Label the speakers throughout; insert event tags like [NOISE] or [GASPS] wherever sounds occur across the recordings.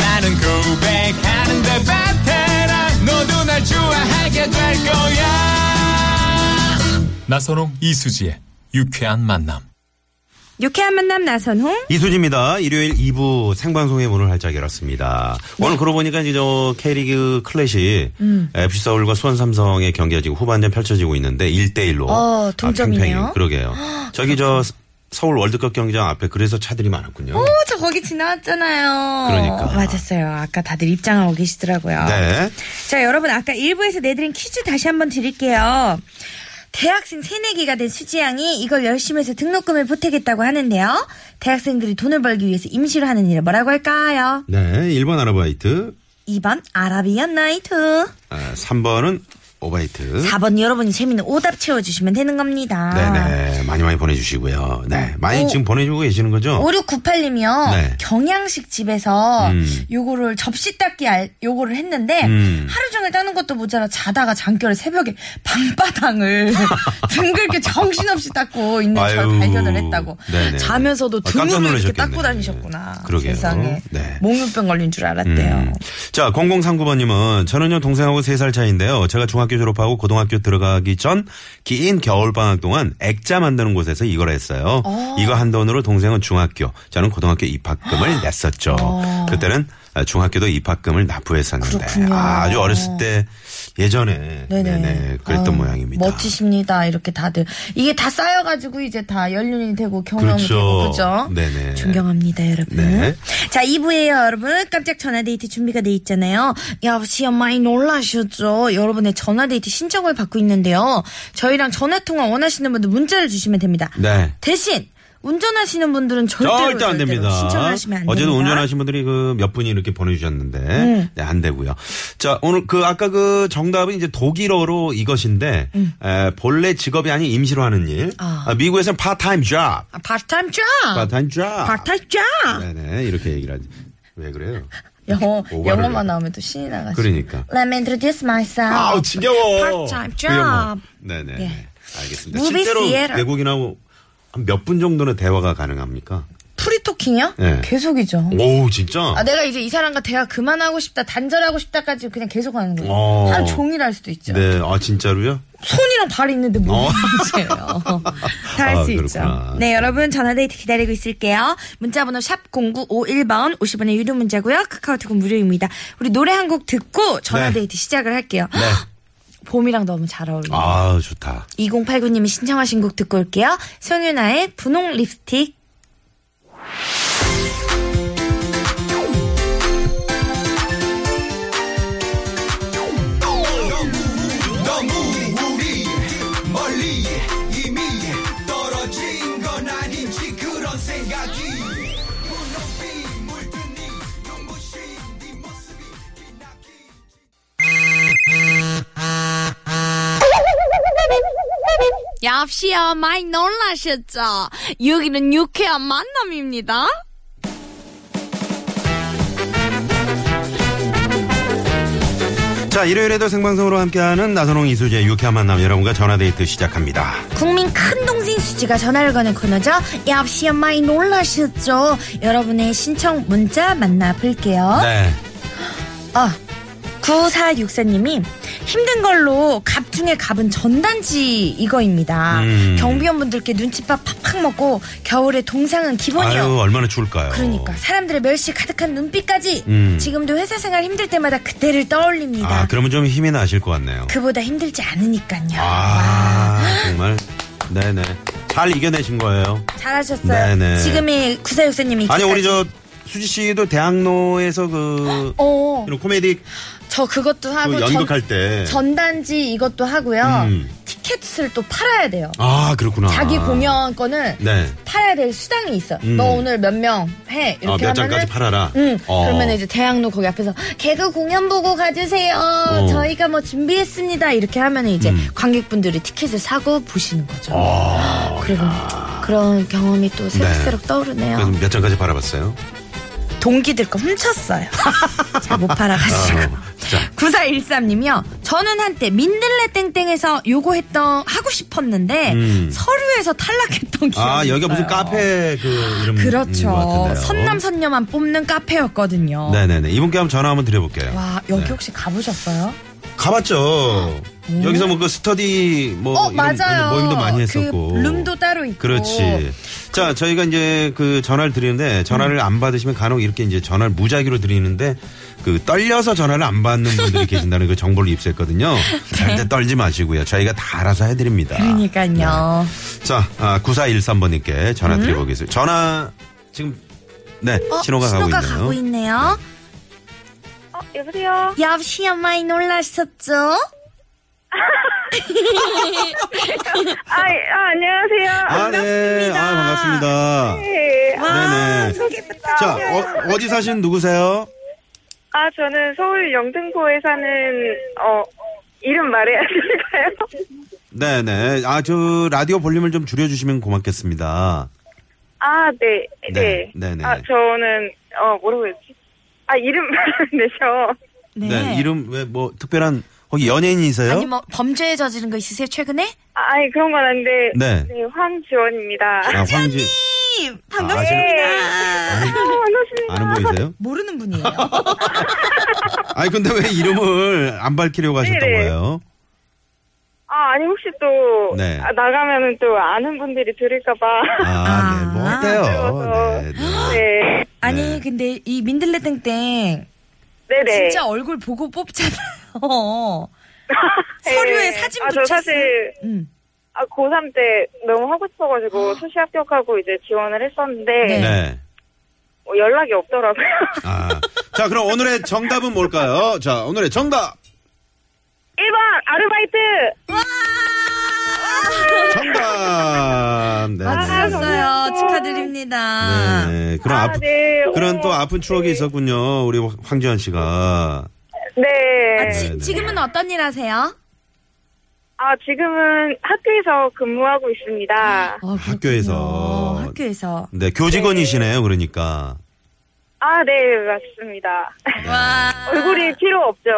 Speaker 1: 나는 고백하는데 베테랑 너도 날 좋아하게 될 거야. 나선홍 이수지의 유쾌한 만남.
Speaker 2: 유쾌한 만남 나선홍.
Speaker 3: 이수지입니다. 일요일 2부 생방송의 문을 활짝 열었습니다.
Speaker 2: 네.
Speaker 3: 오늘 그러고 보니까 이제 저 K리그 클래식
Speaker 2: 음.
Speaker 3: FC 서울과 수원 삼성의 경기가 지금 후반전 펼쳐지고 있는데 1대1로. 아,
Speaker 2: 어, 동점이네요.
Speaker 3: 그러게요. 저기 저 서울 월드컵 경기장 앞에 그래서 차들이 많았군요.
Speaker 2: 어, 저 거기 지나왔잖아요.
Speaker 3: 그러니까.
Speaker 2: 맞았어요. 아까 다들 입장하고 계시더라고요.
Speaker 3: 네.
Speaker 2: 자, 여러분 아까 1부에서 내드린 퀴즈 다시 한번 드릴게요. 대학생 새내기가 된 수지양이 이걸 열심히 해서 등록금을 보태겠다고 하는데요. 대학생들이 돈을 벌기 위해서 임시로 하는 일을 뭐라고 할까요?
Speaker 3: 네. 1번 아르바이트,
Speaker 2: 2번 아라비안 나이트.
Speaker 3: 아, 3번은 오바이트.
Speaker 2: 4번 여러분이 재밌는 오답 채워주시면 되는 겁니다.
Speaker 3: 네네. 많이 많이 보내주시고요. 네. 많이
Speaker 2: 아. 오.
Speaker 3: 지금 보내주고 계시는 거죠?
Speaker 2: 5698님이요.
Speaker 3: 네.
Speaker 2: 경양식 집에서
Speaker 3: 음.
Speaker 2: 요거를 접시 닦기 알, 요거를 했는데
Speaker 3: 음.
Speaker 2: 하루 종일 따는 것도 모자라 자다가 잠결에 새벽에 방바닥을 [LAUGHS] 등글게 정신없이 닦고 있는 절
Speaker 3: 아유.
Speaker 2: 발견을 했다고.
Speaker 3: 네네.
Speaker 2: 자면서도
Speaker 3: 아, 깜짝
Speaker 2: 등으로 이렇게
Speaker 3: 놀라셨겠네.
Speaker 2: 닦고 다니셨구나.
Speaker 3: 그러게요.
Speaker 2: 세상에.
Speaker 3: 네. 음.
Speaker 2: 목류병 걸린 줄 알았대요.
Speaker 3: 자, 0039번님은 저는요 동생하고 3살 차인데요. 제가 중학교 졸업하고 고등학교 들어가기 전 긴 겨울 방학 동안 액자 만드는 곳에서 이걸 했어요. 이거 한 돈으로 동생은 중학교, 저는
Speaker 2: [GASPS]
Speaker 3: 고등학교 입학금을 냈었죠. 그때는 중학교도 입학금을 납부했었는데
Speaker 2: 어. 그렇군요.
Speaker 3: 아주 어렸을 때 예전에 네네, 그랬던
Speaker 2: 아유,
Speaker 3: 모양입니다.
Speaker 2: 어, 멋지십니다. 이렇게 다들 이게 다 쌓여가지고 이제 다 연륜이 되고 경험이
Speaker 3: 그렇죠.
Speaker 2: 되고 그죠.
Speaker 3: 네네.
Speaker 2: 존경합니다, 여러분.
Speaker 3: 네.
Speaker 2: 자, 2부에요, 여러분. 깜짝 전화데이트 준비가 돼 있잖아요. 여보세요, 많이 놀라셨죠? 여러분의 전화데이트 신청을 받고 있는데요. 저희랑 전화통화 원하시는 분들 문자를 주시면 됩니다.
Speaker 3: 네.
Speaker 2: 대신, 운전하시는 분들은 절대로,
Speaker 3: 절대 안
Speaker 2: 절대로
Speaker 3: 됩니다.
Speaker 2: 신청하시면 안 됩니다. 음.
Speaker 3: 어제도 운전하신 분들이 그 몇 분이 이렇게 보내주셨는데 네, 안 되고요. 자 오늘 그 아까 그 정답은 이제 독일어로 이것인데
Speaker 2: 음.
Speaker 3: 에, 본래 직업이 아닌 임시로 하는 일. 아, 미국에서는 파타임 잡.
Speaker 2: 아, 파트타임 쫙!
Speaker 3: 파타임 잡.
Speaker 2: 파트타임 쫙!
Speaker 3: 아. 네네 이렇게 얘기를 하지. 왜 그래요?
Speaker 2: 영어,
Speaker 3: 오바를 해요.
Speaker 2: 영어만 나오면 또 신이 나가시
Speaker 3: 그러니까.
Speaker 2: Let me introduce myself.
Speaker 3: 아우 지겨워.
Speaker 2: Part-time
Speaker 3: 그게 뭐.
Speaker 2: job.
Speaker 3: 네네.
Speaker 2: 예.
Speaker 3: 알겠습니다.
Speaker 2: Movie
Speaker 3: 실제로
Speaker 2: theater.
Speaker 3: 외국인하고 몇 분 정도는 대화가 가능합니까?
Speaker 2: 프리토킹이요?
Speaker 3: 네.
Speaker 2: 계속이죠.
Speaker 3: 오 진짜.
Speaker 2: 아, 내가 이제 이 사람과 대화 그만하고 싶다, 단절하고 싶다까지 그냥 계속 하는 거예요.
Speaker 3: 어.
Speaker 2: 하루 종일 할 수도 있죠.
Speaker 3: 네. 아 진짜로요?
Speaker 2: 손이랑 발이 있는데 뭐
Speaker 3: 어. [LAUGHS]
Speaker 2: 문제예요. 다 할
Speaker 3: 아,
Speaker 2: 수
Speaker 3: 그렇구나.
Speaker 2: 있죠. 네, 여러분 전화데이트 기다리고 있을게요. 문자번호 샵 0951번 50원의 유료 문자고요. 카카오톡은 무료입니다. 우리 노래 한 곡 듣고 전화데이트 시작을 할게요. 봄이랑 너무 잘 어울려요.
Speaker 3: 네. 아 좋다.
Speaker 2: 2089님이 신청하신 곡 듣고 올게요. 송윤아의 분홍 립스틱.
Speaker 4: 역시요 많이 놀라셨죠? 여기는 유쾌한 만남입니다.
Speaker 3: 자, 일요일에도 생방송으로 함께하는 나선홍 이수지의 유쾌한 만남 여러분과 전화데이트 시작합니다.
Speaker 2: 국민 큰 동생 수지가 전화를 거는 코너죠. 역시 엄마이 놀라셨죠. 여러분의 신청 문자 만나볼게요.
Speaker 3: 네.
Speaker 2: 아, 9464님이 힘든 걸로 갑 중에 갑은 전단지 이거입니다.
Speaker 3: 음.
Speaker 2: 경비원분들께 눈칫밥 팍팍 먹고 겨울에 동상은 기본이요.
Speaker 3: 아유, 얼마나 추울까요? 아,
Speaker 2: 그러니까 사람들의 멸시 가득한 눈빛까지
Speaker 3: 음.
Speaker 2: 지금도 회사 생활 힘들 때마다 그때를 떠올립니다.
Speaker 3: 아, 그러면 좀 힘이 나실 것 같네요.
Speaker 2: 그보다 힘들지 않으니까요.
Speaker 3: 아, 정말. 네네. 잘 이겨내신 거예요.
Speaker 2: 잘하셨어요.
Speaker 3: 네네.
Speaker 2: 지금의 구사육사님이
Speaker 3: 아니, 우리 저 수지 씨도 대학로에서 그
Speaker 2: 어,
Speaker 3: 이런 코미디
Speaker 2: 저 그것도 하고
Speaker 3: 그 연극할 때.
Speaker 2: 전, 단지 이것도 하고요.
Speaker 3: 음.
Speaker 2: 티켓 티켓을 또 팔아야 돼요.
Speaker 3: 아 그렇구나.
Speaker 2: 자기 공연권을
Speaker 3: 네.
Speaker 2: 팔아야 될 수당이 있어.
Speaker 3: 음.
Speaker 2: 너 오늘 몇 명 해.
Speaker 3: 아,
Speaker 2: 이렇게
Speaker 3: 몇 장까지
Speaker 2: 하면은
Speaker 3: 팔아라.
Speaker 2: 응.
Speaker 3: 어.
Speaker 2: 그러면 이제 대학로 거기 앞에서 개그 공연 보고 가주세요.
Speaker 3: 어.
Speaker 2: 저희가 뭐 준비했습니다. 이렇게 하면 이제
Speaker 3: 음.
Speaker 2: 관객분들이 티켓을 사고 보시는 거죠.
Speaker 3: 아,
Speaker 2: 그리고 그런 경험이
Speaker 3: 네.
Speaker 2: 또 새록새록 떠오르네요.
Speaker 3: 그래서 몇 장까지 팔아봤어요?
Speaker 2: 동기들 거 훔쳤어요. [LAUGHS] 잘 못 팔아가지고.
Speaker 3: 어, 진짜.
Speaker 2: 9413님이요. 저는 한때 민들레 땡땡에서 요거 했던 하고 싶었는데
Speaker 3: 음.
Speaker 2: 서류에서 탈락했던 기억이
Speaker 3: 아 여기가 무슨
Speaker 2: 있어요.
Speaker 3: 카페 그 이름 것
Speaker 2: 그렇죠.
Speaker 3: 같은데요.
Speaker 2: 선남 선녀만 뽑는 카페였거든요.
Speaker 3: 네네네 이분께 한번 전화 한번 드려볼게요.
Speaker 2: 어. 와 여기
Speaker 3: 네. 아,
Speaker 2: 혹시 가보셨어요?
Speaker 3: 가봤죠. 여기서 뭐 그 스터디 뭐
Speaker 2: 어
Speaker 3: 이런
Speaker 2: 맞아요.
Speaker 3: 모임도 많이 했었고.
Speaker 2: 그 룸도 따로 있고.
Speaker 3: 그렇지. 자, 저희가 이제 그 전화를 드리는데 전화를
Speaker 2: 음.
Speaker 3: 안 받으시면 간혹 이렇게 이제 전화를 무작위로 드리는데 그 떨려서 전화를 안 받는 분들이 계신다는 그 정보를
Speaker 2: [LAUGHS]
Speaker 3: 입수했거든요. 절대 떨지 마시고요. 저희가 다 알아서 해드립니다.
Speaker 2: 네.
Speaker 3: 네.
Speaker 2: 그러니까요. 음?
Speaker 3: 자, 아, 9413번님께 전화 드려보겠습니다. 전화 지금 네
Speaker 2: 어,
Speaker 3: 신호가,
Speaker 2: 신호가
Speaker 3: 가고 있네요.
Speaker 2: 가고 있네요.
Speaker 5: 어, 여보세요?
Speaker 3: 네.
Speaker 2: 여보시요 많이 놀라셨죠?
Speaker 5: 아, 예, 아, 안녕하세요.
Speaker 3: 아, 네, 아 반갑습니다.
Speaker 5: 네.
Speaker 3: 네네. 자, 어, 어디 사신 누구세요?
Speaker 5: 아, 저는 서울 영등포에 사는, 어, 이름 말해야 될까요? [LAUGHS]
Speaker 3: 네네. 아, 저 라디오 볼륨을 좀 줄여주시면 고맙겠습니다.
Speaker 5: 아, 네,
Speaker 3: 네,
Speaker 5: 네.
Speaker 3: 네네.
Speaker 5: 아, 저는, 어, 뭐라고 했지? 아, 이름 [LAUGHS] 말해내셔.
Speaker 3: 네. 이름 왜 뭐 특별한 혹시 연예인이세요?
Speaker 2: 아니 뭐 범죄에 저지른 거 있으세요 최근에?
Speaker 5: 아, 아니, 그런 건 아닌데.
Speaker 3: 네.
Speaker 5: 황지원입니다.
Speaker 3: 아, 황지
Speaker 2: 님
Speaker 3: 아시는-
Speaker 5: 아, 반갑습니다.
Speaker 3: 아는 분이세요?
Speaker 2: 모르는
Speaker 3: [LAUGHS]
Speaker 2: 분이에요.
Speaker 3: 네. 아니 근데 왜 이름을 안 밝히려고 하셨던
Speaker 5: 네네.
Speaker 3: 거예요?
Speaker 5: 아, 아니, 혹시 또,
Speaker 3: 네.
Speaker 5: 아, 나가면은 또 아는 분들이 들을까봐.
Speaker 3: 아, 네. 뭐
Speaker 2: 아.
Speaker 3: 어때요? 네. 네.
Speaker 5: [LAUGHS] 네.
Speaker 2: 아니
Speaker 3: 네.
Speaker 2: 근데 이 민들레 땡땡
Speaker 5: 네네.
Speaker 2: 진짜 얼굴 보고 뽑잖아요. 서류에
Speaker 5: [LAUGHS] 네.
Speaker 2: 사진
Speaker 5: 아, 저
Speaker 2: 붙였어요.
Speaker 5: 사실
Speaker 2: 음.
Speaker 5: 아, 고3 때 너무 하고 싶어가지고 수시 합격하고 이제 지원을 했었는데
Speaker 2: 아. 네.
Speaker 3: 네.
Speaker 5: 뭐 연락이 없더라고요. [LAUGHS]
Speaker 3: 아. 자, 그럼 오늘의 정답은 뭘까요? 자, 오늘의 정답.
Speaker 5: 1번 아르바이트!
Speaker 3: 정답.
Speaker 5: 아,
Speaker 2: 아,
Speaker 3: 네. 네.
Speaker 2: 맞으셨어요.
Speaker 5: 뭐
Speaker 2: 축하드립니다.
Speaker 3: 네. 그런
Speaker 5: 아,
Speaker 3: 아픈
Speaker 5: 네.
Speaker 3: 그런 또
Speaker 5: 어,
Speaker 3: 아픈 추억이 있었군요. 우리 황지현 씨가.
Speaker 5: 네.
Speaker 2: 아,
Speaker 3: 네,
Speaker 2: 지,
Speaker 3: 네.
Speaker 2: 지금은 어떤 일 하세요?
Speaker 5: 아, 지금은 학교에서 근무하고 있습니다.
Speaker 3: 아,
Speaker 2: 어, 그렇군요.
Speaker 3: 학교에서.
Speaker 2: 학교에서.
Speaker 3: 네, 교직원이시네요. 그러니까.
Speaker 5: 아, 네, 맞습니다.
Speaker 2: 와.
Speaker 5: [LAUGHS] 얼굴이 필요 없죠.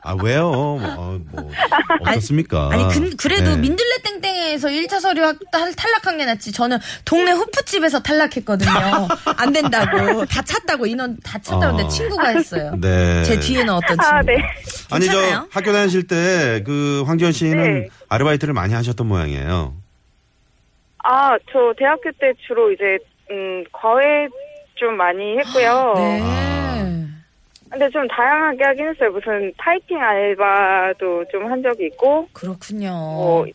Speaker 3: 아 왜요? 뭐, 어, 뭐 어떻습니까?
Speaker 2: 아니 근, 그래도
Speaker 3: 네.
Speaker 2: 민들레 땡땡에서 1차 서류 학- 탈- 탈락한 게 낫지. 저는 동네 호프집에서 탈락했거든요. 안 된다고 다 찼다고 인원 다 찼다고 근데
Speaker 3: 어.
Speaker 2: 친구가 했어요.
Speaker 3: 네.
Speaker 2: 제 뒤에 나왔던 친구.
Speaker 5: 아, 네.
Speaker 3: 아니 저
Speaker 2: 괜찮아요?
Speaker 3: 학교 다니실 때 그 황지현 씨는
Speaker 5: 네.
Speaker 3: 아르바이트를 많이 하셨던 모양이에요.
Speaker 5: 아, 저 대학교 때 주로 이제, 음, 과외 좀 많이 했고요.
Speaker 2: 네.
Speaker 3: 아.
Speaker 5: 근데 좀 다양하게 하긴 했어요. 무슨 타이핑 알바도 좀 한 적이 있고,
Speaker 2: 그렇군요.
Speaker 5: 뭐,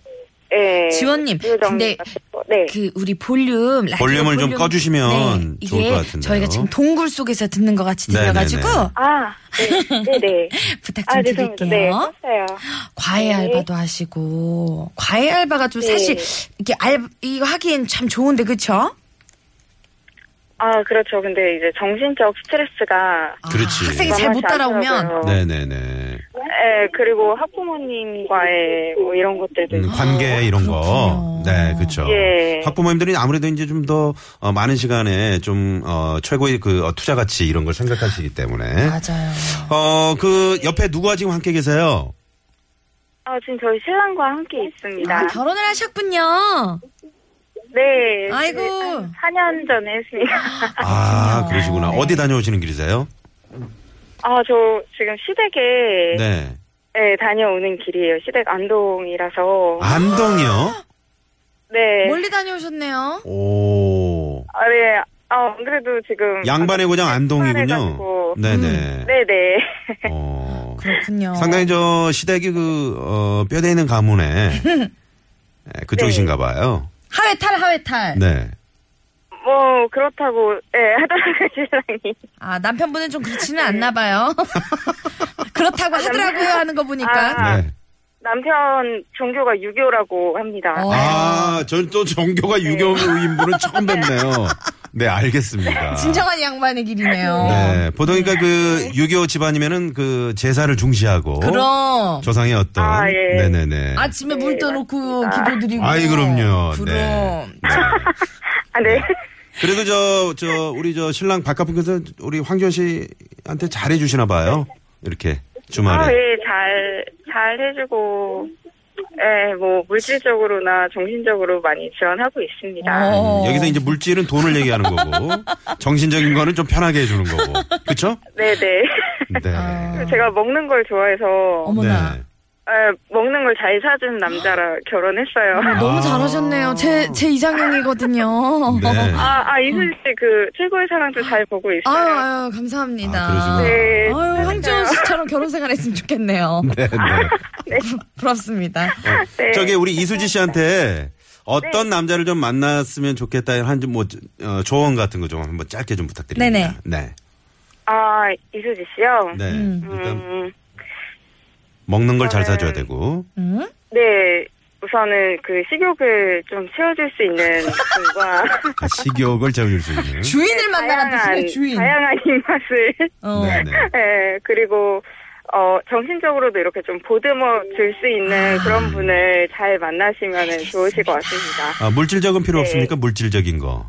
Speaker 5: 예.
Speaker 2: 어, 지원님,
Speaker 5: 요정
Speaker 2: 근데
Speaker 5: 같은 거. 네.
Speaker 2: 그 우리 볼륨 라디오
Speaker 3: 볼륨을 좀
Speaker 2: 볼륨-
Speaker 3: 꺼주시면
Speaker 2: 네, 이게
Speaker 3: 좋을 것 같은데요.
Speaker 2: 저희가 지금 동굴 속에서 듣는 것 같이
Speaker 3: 네, 네,
Speaker 2: 들려가지고
Speaker 3: 네.
Speaker 5: 아, 네, 네,
Speaker 2: [LAUGHS]
Speaker 5: 네.
Speaker 2: 부탁 좀
Speaker 5: 아, 죄송합니다.
Speaker 2: 드릴게요.
Speaker 5: 네, 했어요.
Speaker 2: 과외
Speaker 5: 네.
Speaker 2: 알바도 하시고 과외 알바가 좀
Speaker 5: 네.
Speaker 2: 사실 이게 알 이거 하기엔 참 좋은데 그쵸?
Speaker 5: 아, 그렇죠. 근데 이제 정신적 스트레스가.
Speaker 2: 아,
Speaker 3: 그렇지.
Speaker 2: 학생이 잘 못 따라오면
Speaker 5: 만만치 않더라고요.
Speaker 3: 네네네.
Speaker 5: 예, 그리고 학부모님과의 뭐 이런 것들도.
Speaker 3: 음,
Speaker 5: 있고.
Speaker 3: 관계 이런 거.
Speaker 2: 아, 그렇군요.
Speaker 3: 네, 그렇죠.
Speaker 5: 예.
Speaker 3: 학부모님들이 아무래도 이제 좀 더 어, 많은 시간에 좀 어, 최고의 그 어, 투자 가치 이런 걸 생각하시기 때문에.
Speaker 2: 맞아요.
Speaker 3: 어, 그 옆에 누구와 지금 함께 계세요?
Speaker 5: 아, 지금 저희 신랑과 함께
Speaker 3: 네.
Speaker 5: 있습니다.
Speaker 2: 아, 결혼을 하셨군요.
Speaker 5: 네.
Speaker 2: 아이고.
Speaker 5: 4년 전에 했습니다. [LAUGHS]
Speaker 3: 아,
Speaker 2: 그렇군요.
Speaker 3: 그러시구나.
Speaker 2: 네.
Speaker 3: 어디 다녀오시는 길이세요?
Speaker 5: 아, 저 지금 시댁에.
Speaker 3: 네.
Speaker 5: 예, 다녀오는 길이에요. 시댁 안동이라서.
Speaker 2: 아.
Speaker 3: 안동이요?
Speaker 5: 네.
Speaker 2: 멀리 다녀오셨네요.
Speaker 3: 오.
Speaker 5: 아, 네. 아, 안 그래도
Speaker 2: 네,
Speaker 5: 지금.
Speaker 3: 양반의 고장 안동이군요.
Speaker 5: 해가지고.
Speaker 3: 네네.
Speaker 5: 네네. [LAUGHS]
Speaker 3: 어.
Speaker 2: 음, 그렇군요.
Speaker 3: 상당히 저 시댁이 그, 어, 뼈대 있는 가문에
Speaker 2: [LAUGHS]
Speaker 3: 예,
Speaker 2: 네.
Speaker 3: 그쪽이신가 봐요.
Speaker 2: 하회 탈 하회 탈.
Speaker 3: 네.
Speaker 5: 뭐, 그렇다고, 예, 하다가 신랑이.
Speaker 2: 아 남편분은
Speaker 3: [LAUGHS] 아,
Speaker 2: 좀 그렇지는 않나 봐요. 그렇다고 하더라고요 하는 거 보니까.
Speaker 5: 아.
Speaker 3: 네.
Speaker 5: 남편 종교가 유교라고 합니다.
Speaker 2: 어.
Speaker 3: 아, 저는 또 정교가 유교인 분은 처음 뵙네요. 네, 알겠습니다.
Speaker 2: [LAUGHS] 진정한 양반의 길이네요.
Speaker 3: 네, 보통이니까 그 유교 집안이면은 그 제사를 중시하고
Speaker 2: 그럼
Speaker 3: 조상의 어떤
Speaker 5: 아, 예.
Speaker 3: 네네네.
Speaker 2: 아침에 물 떠놓고 기도드리고.
Speaker 3: 아이, 그럼요.
Speaker 2: 그럼.
Speaker 3: 네. [LAUGHS]
Speaker 5: 아, [LAUGHS] 네.
Speaker 3: 그래도 저, 저, 우리 저 신랑 박가분께서 우리 황교안 씨한테 잘해주시나 봐요. 이렇게 주말에. 음,
Speaker 5: 아, 예, 잘, 잘 해주고, 예, 뭐, 물질적으로나 정신적으로 많이 지원하고 있습니다.
Speaker 3: 음, 여기서 이제 물질은 돈을 얘기하는 거고 정신적인 거는 좀 편하게 해주는 거고 그렇죠?
Speaker 5: 네네. [LAUGHS]
Speaker 3: 네.
Speaker 5: 제가 먹는 걸 좋아해서,
Speaker 2: 어머나.
Speaker 3: 네.
Speaker 5: 예, 먹는 걸 잘 사주는 남자라 결혼했어요.
Speaker 2: 뭐.
Speaker 4: 너무 잘하셨네요. 제, 제 이상형이거든요.
Speaker 2: [LAUGHS]
Speaker 3: 네. 아,
Speaker 5: [LAUGHS] 아, 아, 이슬 씨, 그, 최고의 사랑도 잘 보고 있어요.
Speaker 4: 아유, 아유, 감사합니다.
Speaker 3: 그러시구나.
Speaker 5: 네.
Speaker 4: 아유, 황지원 씨처럼 결혼 생활 했으면 좋겠네요.
Speaker 3: 네, 네.
Speaker 2: [LAUGHS] 부럽습니다.
Speaker 5: 네.
Speaker 3: 저기 우리 이수지 씨한테 어떤 남자를 좀 만났으면 좋겠다 한뭐 어, 조언 같은 거 좀 한번 짧게 좀 부탁드립니다. 네.
Speaker 5: 아, 이수지 씨요?
Speaker 3: 네. 일단
Speaker 5: 음,
Speaker 3: 먹는 걸 잘
Speaker 5: 저는-
Speaker 3: 사줘야 되고.
Speaker 5: 네. 우선은 그 식욕을 좀 채워줄
Speaker 2: [LAUGHS]
Speaker 5: 수 있는 분과
Speaker 3: 아, 식욕을 재울 수 있는.
Speaker 2: 주인을 만나란 뜻이네,
Speaker 5: 다양한
Speaker 2: 주인.
Speaker 5: 다양한 [LAUGHS] 입맛을
Speaker 2: 어.
Speaker 3: 네, 네.
Speaker 5: 예, 그리고 어 정신적으로도 이렇게 좀 보듬어 줄 수 있는
Speaker 2: 아.
Speaker 5: 그런 분을 잘 만나시면 좋으실 것 같습니다.
Speaker 3: 아, 물질적인 필요 없습니까? 물질적인 거.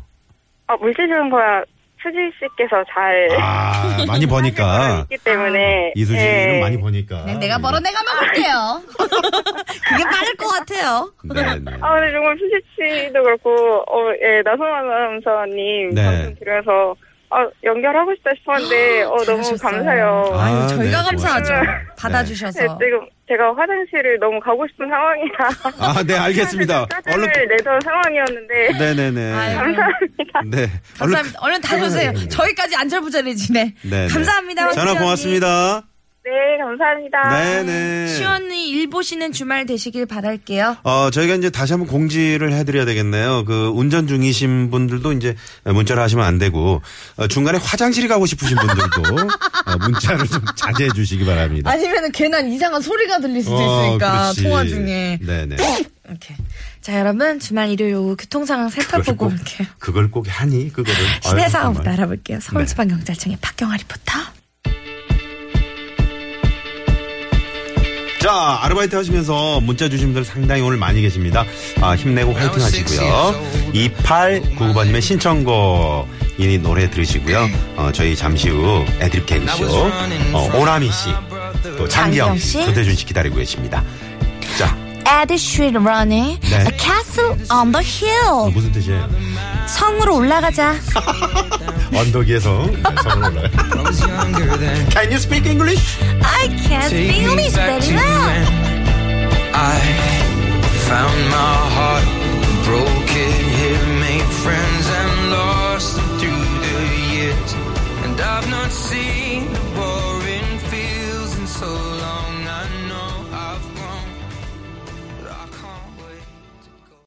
Speaker 5: 어, 물질적인 거야 수지 씨께서 잘
Speaker 3: 아, 많이
Speaker 5: 하실
Speaker 3: 버니까.
Speaker 5: 거기
Speaker 2: 아,
Speaker 5: 때문에
Speaker 3: 이수지는
Speaker 5: 예.
Speaker 3: 많이 버니까.
Speaker 2: 네,
Speaker 3: 네.
Speaker 4: 그냥 내가 벌어 내가
Speaker 2: [LAUGHS]
Speaker 4: 먹을게요. 그게 빠를 것 같아요.
Speaker 3: 네, 네.
Speaker 5: 아, 근데 정말 수지 씨도 그렇고, 어, 예, 나성환 아나운서님
Speaker 3: 네.
Speaker 5: 방송 들으면서, 어, 연결하고 싶다 싶었는데, 어, 너무
Speaker 2: 아, 잘하셨어요.
Speaker 5: 감사해요.
Speaker 2: 아유, 저희가 감사하죠.
Speaker 3: 네, 고맙습니다. 네.
Speaker 5: 네,
Speaker 2: 받아주셔서.
Speaker 5: 지금 제가 화장실을 너무 가고 싶은 상황이라.
Speaker 3: 아, 네, 알겠습니다.
Speaker 5: 짜증을
Speaker 3: 얼른.
Speaker 5: 내던 상황이었는데.
Speaker 3: 네네네.
Speaker 2: 아유,
Speaker 3: 네. 얼른.
Speaker 2: 감사합니다. 얼른 다녀오세요. 저희까지 안절부절해지네.
Speaker 3: 네. 네네.
Speaker 2: 감사합니다.
Speaker 3: 전화
Speaker 2: 황지연님.
Speaker 3: 고맙습니다.
Speaker 5: 네, 감사합니다.
Speaker 3: 네네.
Speaker 2: 시원히 일 보시는 주말 되시길 바랄게요.
Speaker 3: 어, 저희가 이제 다시 한번 공지를 해드려야 되겠네요. 그 운전 중이신 분들도 이제 문자를 하시면 안 되고 어, 중간에 화장실이 가고 싶으신 분들도 어, 문자를 좀 자제해 주시기 바랍니다.
Speaker 2: 아니면 괜한 이상한 소리가 들릴 수도
Speaker 3: 어,
Speaker 2: 있으니까
Speaker 3: 그렇지.
Speaker 2: 통화 중에.
Speaker 3: 네네.
Speaker 2: 이렇게. 자 여러분 주말 일요일 오후 교통 상황 살펴보고
Speaker 3: 그걸 꼭-
Speaker 2: 올게요.
Speaker 3: 그걸 꼭 하니 그거를.
Speaker 2: 시내
Speaker 3: 아유,
Speaker 2: 상황부터
Speaker 3: 정말.
Speaker 2: 알아볼게요.
Speaker 3: 네.
Speaker 2: 서울지방경찰청의 박경아 리포터.
Speaker 3: 자, 아르바이트 하시면서 문자 주신 분들 상당히 오늘 많이 계십니다. 아, 힘내고 화이팅 하시고요. 2899번님의 신청곡. 이 노래 들으시고요. 어, 저희 잠시 후 애드립 개그쇼. 어, 오라미 씨, 또 장기영
Speaker 2: 장기영
Speaker 3: 씨,
Speaker 2: 씨.
Speaker 3: 조대준 씨 기다리고 계십니다. 자,
Speaker 4: Eddie Street Running,
Speaker 3: 네.
Speaker 4: A Castle on
Speaker 3: 어,
Speaker 4: the Hill.
Speaker 3: 무슨 뜻이에요?
Speaker 4: 성으로
Speaker 3: [LAUGHS]
Speaker 4: 올라가자.
Speaker 3: 언덕 위에서 [LAUGHS] 네, 성을 올라요.
Speaker 6: I was younger then.
Speaker 3: Can you speak English?
Speaker 4: I can't
Speaker 6: Take
Speaker 4: speak
Speaker 6: me
Speaker 4: English
Speaker 6: back to
Speaker 4: very well.
Speaker 6: when I found my heart, broke it here, made friends and lost them through the years. And I've not seen the boring fields in so long, I know.